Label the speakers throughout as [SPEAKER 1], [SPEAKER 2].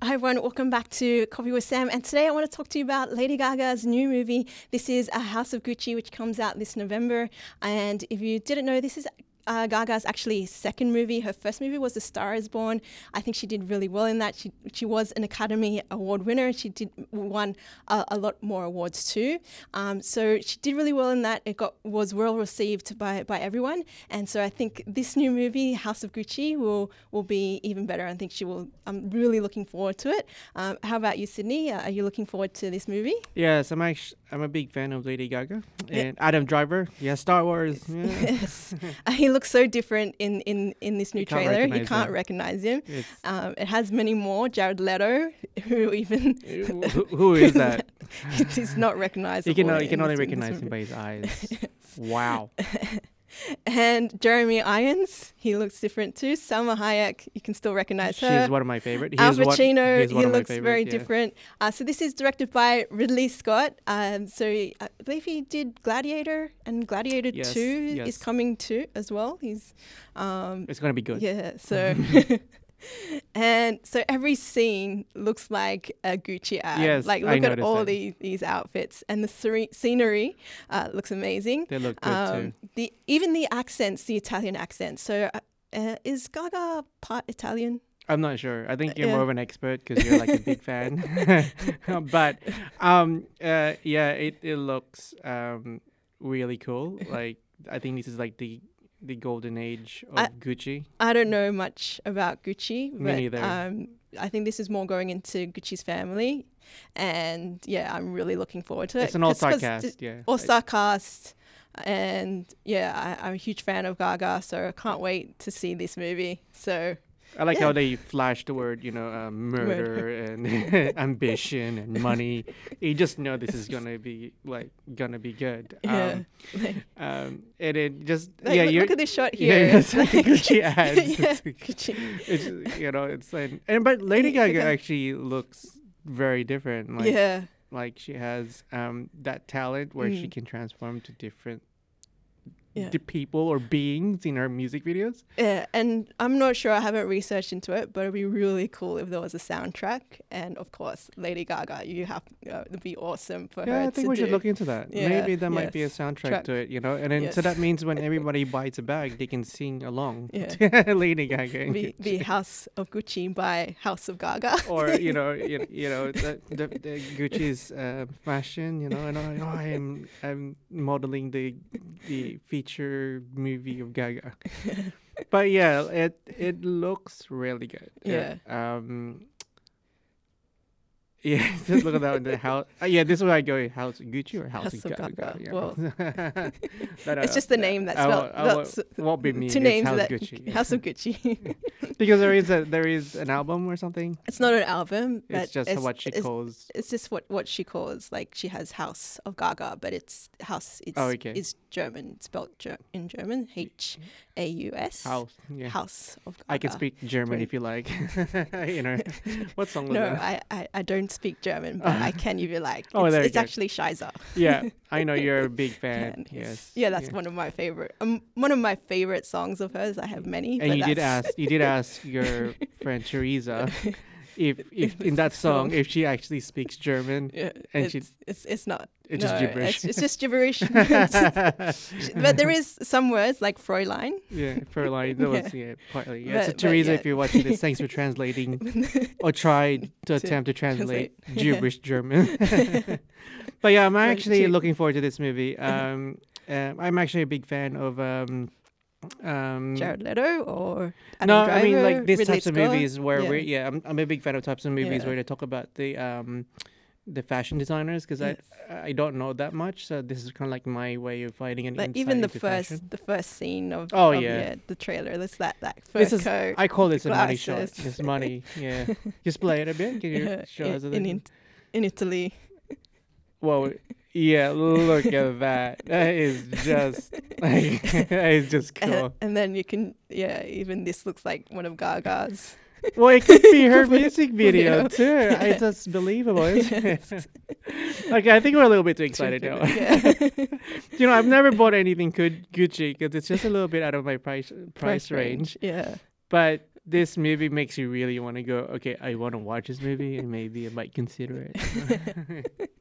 [SPEAKER 1] Hi everyone, welcome back to Coffee with Sam. And today I want to talk to you about Lady Gaga's new movie. This is A House of Gucci, which comes out this November. And if you didn't know, this is uh, Gaga's actually second movie. Her first movie was A Star Is Born. I think she did really well in that. She she was an Academy Award winner. and She did won a, a lot more awards too. Um, so she did really well in that. It got was well received by by everyone. And so I think this new movie, House of Gucci, will will be even better. I think she will. I'm really looking forward to it. Um, how about you, Sydney? Uh, are you looking forward to this movie?
[SPEAKER 2] Yes, I'm actually, I'm a big fan of Lady Gaga and Adam Driver. Yeah, Star Wars. Yeah.
[SPEAKER 1] Yes, Uh, he looks so different in in in this new
[SPEAKER 2] You can't
[SPEAKER 1] trailer. You
[SPEAKER 2] recognise
[SPEAKER 1] can't
[SPEAKER 2] him.
[SPEAKER 1] recognize him.
[SPEAKER 2] It's,
[SPEAKER 1] Um, it has many more. Jared Leto, who even
[SPEAKER 2] who, who is that?
[SPEAKER 1] it is not recognizable.
[SPEAKER 2] You can o- you
[SPEAKER 1] in
[SPEAKER 2] can only
[SPEAKER 1] this- in this
[SPEAKER 2] recognize him
[SPEAKER 1] movie.
[SPEAKER 2] by his eyes. wow.
[SPEAKER 1] And Jeremy Irons, he looks different too. Salma Hayek, you can still recognize her.
[SPEAKER 2] She's one of my favorite. He's
[SPEAKER 1] Al
[SPEAKER 2] one-
[SPEAKER 1] Pacino,
[SPEAKER 2] he's one
[SPEAKER 1] he
[SPEAKER 2] of my
[SPEAKER 1] looks
[SPEAKER 2] favorite,
[SPEAKER 1] very
[SPEAKER 2] yeah.
[SPEAKER 1] different. Uh, so this is directed by Ridley Scott. Um, so I believe he did Gladiator, and Gladiator
[SPEAKER 2] Yes,
[SPEAKER 1] Two
[SPEAKER 2] yes.
[SPEAKER 1] is coming too as well. He's um,
[SPEAKER 2] It's gonna be good.
[SPEAKER 1] Yeah, so and so every scene looks like a Gucci ad.
[SPEAKER 2] Yes,
[SPEAKER 1] like
[SPEAKER 2] I
[SPEAKER 1] look at
[SPEAKER 2] noticed
[SPEAKER 1] all
[SPEAKER 2] that.
[SPEAKER 1] these these outfits and the sere- scenery uh, looks amazing.
[SPEAKER 2] They look good too.
[SPEAKER 1] Um, The even the accents, the Italian accents. So uh, uh, is Gaga part Italian?
[SPEAKER 2] I'm not sure. I think you're
[SPEAKER 1] yeah.
[SPEAKER 2] more of an expert because you're like a big fan. but um, uh, yeah, it it looks um really cool. Like I think this is like the the golden age of
[SPEAKER 1] I-
[SPEAKER 2] Gucci.
[SPEAKER 1] I don't know much about Gucci,
[SPEAKER 2] Me
[SPEAKER 1] but
[SPEAKER 2] neither.
[SPEAKER 1] um, I think this is more going into Gucci's family, and yeah, I'm really looking forward to it.
[SPEAKER 2] It's an all
[SPEAKER 1] 'Cause- 'cause
[SPEAKER 2] sarcast.
[SPEAKER 1] it-
[SPEAKER 2] Yeah.
[SPEAKER 1] or
[SPEAKER 2] I-
[SPEAKER 1] sarcast. And yeah, I, I'm a huge fan of Gaga, so I can't wait to see this movie. So
[SPEAKER 2] I like
[SPEAKER 1] Yeah.
[SPEAKER 2] how they flash the word, you know, uh, murder and ambition and money. You just know this is gonna be like gonna be good.
[SPEAKER 1] yeah, like,
[SPEAKER 2] Um, um, and it just
[SPEAKER 1] like,
[SPEAKER 2] yeah,
[SPEAKER 1] look,
[SPEAKER 2] you're
[SPEAKER 1] look at this shot
[SPEAKER 2] yeah,
[SPEAKER 1] here.
[SPEAKER 2] it's like
[SPEAKER 1] Like-
[SPEAKER 2] Gucci ads.
[SPEAKER 1] yeah,
[SPEAKER 2] It's like-
[SPEAKER 1] Gucci.
[SPEAKER 2] it's you know it's like and but Lady
[SPEAKER 1] Yeah,
[SPEAKER 2] Gaga
[SPEAKER 1] okay.
[SPEAKER 2] actually looks very different. Like
[SPEAKER 1] yeah,
[SPEAKER 2] like she has um that talent where she
[SPEAKER 1] Mm.
[SPEAKER 2] can transform to different.
[SPEAKER 1] Yeah.
[SPEAKER 2] The people or beings in her music videos.
[SPEAKER 1] yeah. And I'm not sure. I haven't researched into it, but it'd be really cool if there was a soundtrack. And of course, Lady Gaga. You have. Uh, it'd be awesome for her
[SPEAKER 2] Yeah, I think
[SPEAKER 1] to
[SPEAKER 2] we
[SPEAKER 1] do.
[SPEAKER 2] should look into that.
[SPEAKER 1] Yeah,
[SPEAKER 2] Maybe there might be a
[SPEAKER 1] yes,
[SPEAKER 2] soundtrack
[SPEAKER 1] track.
[SPEAKER 2] to it, you know. And then so
[SPEAKER 1] Yes.
[SPEAKER 2] that means when everybody buys a bag, they can sing along.
[SPEAKER 1] Yeah.
[SPEAKER 2] to Lady Gaga. and
[SPEAKER 1] the, the
[SPEAKER 2] Gucci.
[SPEAKER 1] House of Gucci by House of Gaga.
[SPEAKER 2] or you know, you, you know, the, the, the Gucci's uh, fashion, you know, and I, I am I'm modeling the the feature movie of Gaga. but yeah, it it looks really good. It, um. Yeah, just look at that. one, The house. Uh, yeah, this is where I go. House Gucci or House,
[SPEAKER 1] House of
[SPEAKER 2] Gaga.
[SPEAKER 1] Gaga,
[SPEAKER 2] Yeah.
[SPEAKER 1] well,
[SPEAKER 2] No, no,
[SPEAKER 1] it's
[SPEAKER 2] no,
[SPEAKER 1] just the
[SPEAKER 2] no,
[SPEAKER 1] name that's
[SPEAKER 2] I
[SPEAKER 1] spelled.
[SPEAKER 2] won't- I won't-
[SPEAKER 1] that's-
[SPEAKER 2] won't uh, be me.
[SPEAKER 1] Two
[SPEAKER 2] it's
[SPEAKER 1] names
[SPEAKER 2] House
[SPEAKER 1] that
[SPEAKER 2] Gucci. yeah.
[SPEAKER 1] House of Gucci.
[SPEAKER 2] because there is a there is an album or something.
[SPEAKER 1] It's not an album, but
[SPEAKER 2] It's just what she
[SPEAKER 1] it's,
[SPEAKER 2] calls.
[SPEAKER 1] It's just what, what she calls like she has House of Gaga, but it's House. It's
[SPEAKER 2] Oh, okay.
[SPEAKER 1] is German, spelled ger- in German, H A U S.
[SPEAKER 2] House. Yeah.
[SPEAKER 1] House uh, of Gaga.
[SPEAKER 2] I can speak German
[SPEAKER 1] Sorry.
[SPEAKER 2] if you like. you know, what song was
[SPEAKER 1] No,
[SPEAKER 2] that?
[SPEAKER 1] I, I, I don't speak German, but I can if you like.
[SPEAKER 2] Oh,
[SPEAKER 1] it's
[SPEAKER 2] there you
[SPEAKER 1] it's
[SPEAKER 2] go.
[SPEAKER 1] actually Shiza.
[SPEAKER 2] yeah, I know you're a big fan.
[SPEAKER 1] And
[SPEAKER 2] Yes.
[SPEAKER 1] Yeah, that's one of my favorite. Um, one of my favorite songs of hers. I have many.
[SPEAKER 2] And
[SPEAKER 1] but
[SPEAKER 2] you did
[SPEAKER 1] that's-
[SPEAKER 2] ask. You did ask your friend Teresa if, if in that song if she actually speaks German.
[SPEAKER 1] Yeah,
[SPEAKER 2] and
[SPEAKER 1] it's,
[SPEAKER 2] she-
[SPEAKER 1] it's it's not.
[SPEAKER 2] It's just
[SPEAKER 1] no,
[SPEAKER 2] gibberish.
[SPEAKER 1] It's, it's just gibberish. It's- but there is some words like Fräulein.
[SPEAKER 2] yeah, Caroline, that
[SPEAKER 1] Yeah.
[SPEAKER 2] was yeah, partly. Yeah. so
[SPEAKER 1] But- but
[SPEAKER 2] Teresa,
[SPEAKER 1] yeah.
[SPEAKER 2] if you're watching this, thanks for translating or tried to attempt to translate
[SPEAKER 1] translate.
[SPEAKER 2] gibberish German. but yeah, I'm
[SPEAKER 1] Right,
[SPEAKER 2] actually
[SPEAKER 1] so-
[SPEAKER 2] looking forward to this movie. Um, um, I'm actually a big fan of um, um,
[SPEAKER 1] Jared Leto or Adam
[SPEAKER 2] no,
[SPEAKER 1] Driver,
[SPEAKER 2] I mean like these
[SPEAKER 1] Ridley
[SPEAKER 2] types of
[SPEAKER 1] Scott.
[SPEAKER 2] movies where
[SPEAKER 1] Yeah.
[SPEAKER 2] we're yeah, I'm, I'm a big fan of types of movies
[SPEAKER 1] Yeah.
[SPEAKER 2] where they talk about the um the fashion designers because I I don't know that much, so this is kind of like my way of finding an
[SPEAKER 1] Like
[SPEAKER 2] insight
[SPEAKER 1] even the
[SPEAKER 2] into
[SPEAKER 1] first
[SPEAKER 2] fashion.
[SPEAKER 1] the first scene of
[SPEAKER 2] Oh,
[SPEAKER 1] of,
[SPEAKER 2] yeah.
[SPEAKER 1] the trailer. That's that that fur
[SPEAKER 2] This is
[SPEAKER 1] coat.
[SPEAKER 2] I call this a money shot.
[SPEAKER 1] glasses.
[SPEAKER 2] This money, yeah. Just play it a bit. Can you
[SPEAKER 1] yeah,
[SPEAKER 2] show
[SPEAKER 1] in,
[SPEAKER 2] us a
[SPEAKER 1] in,
[SPEAKER 2] little-
[SPEAKER 1] It- in Italy.
[SPEAKER 2] Well, yeah. Look at that. That is just like that is just
[SPEAKER 1] And-
[SPEAKER 2] cool.
[SPEAKER 1] And then you can yeah, even this looks like one of Gaga's.
[SPEAKER 2] Well, it could be her
[SPEAKER 1] Could be-
[SPEAKER 2] music
[SPEAKER 1] video.
[SPEAKER 2] video too. It's just believable. Isn't it? okay, I think we're a little bit too excited now.
[SPEAKER 1] Yeah.
[SPEAKER 2] you know, I've never bought anything good Gucci because it's just a little bit out of my price price range.
[SPEAKER 1] Yeah.
[SPEAKER 2] But this movie makes you really want to go, okay, I want to watch this movie and maybe I might consider it.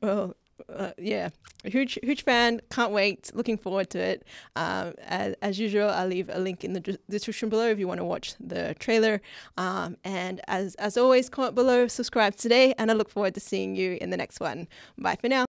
[SPEAKER 1] Well, uh, yeah, huge, huge fan. Can't wait. Looking forward to it. Um, as, as usual, I'll leave a link in the des- description below if you want to watch the trailer. Um, and as, as always, comment below, subscribe today, and I look forward to seeing you in the next one. Bye for now.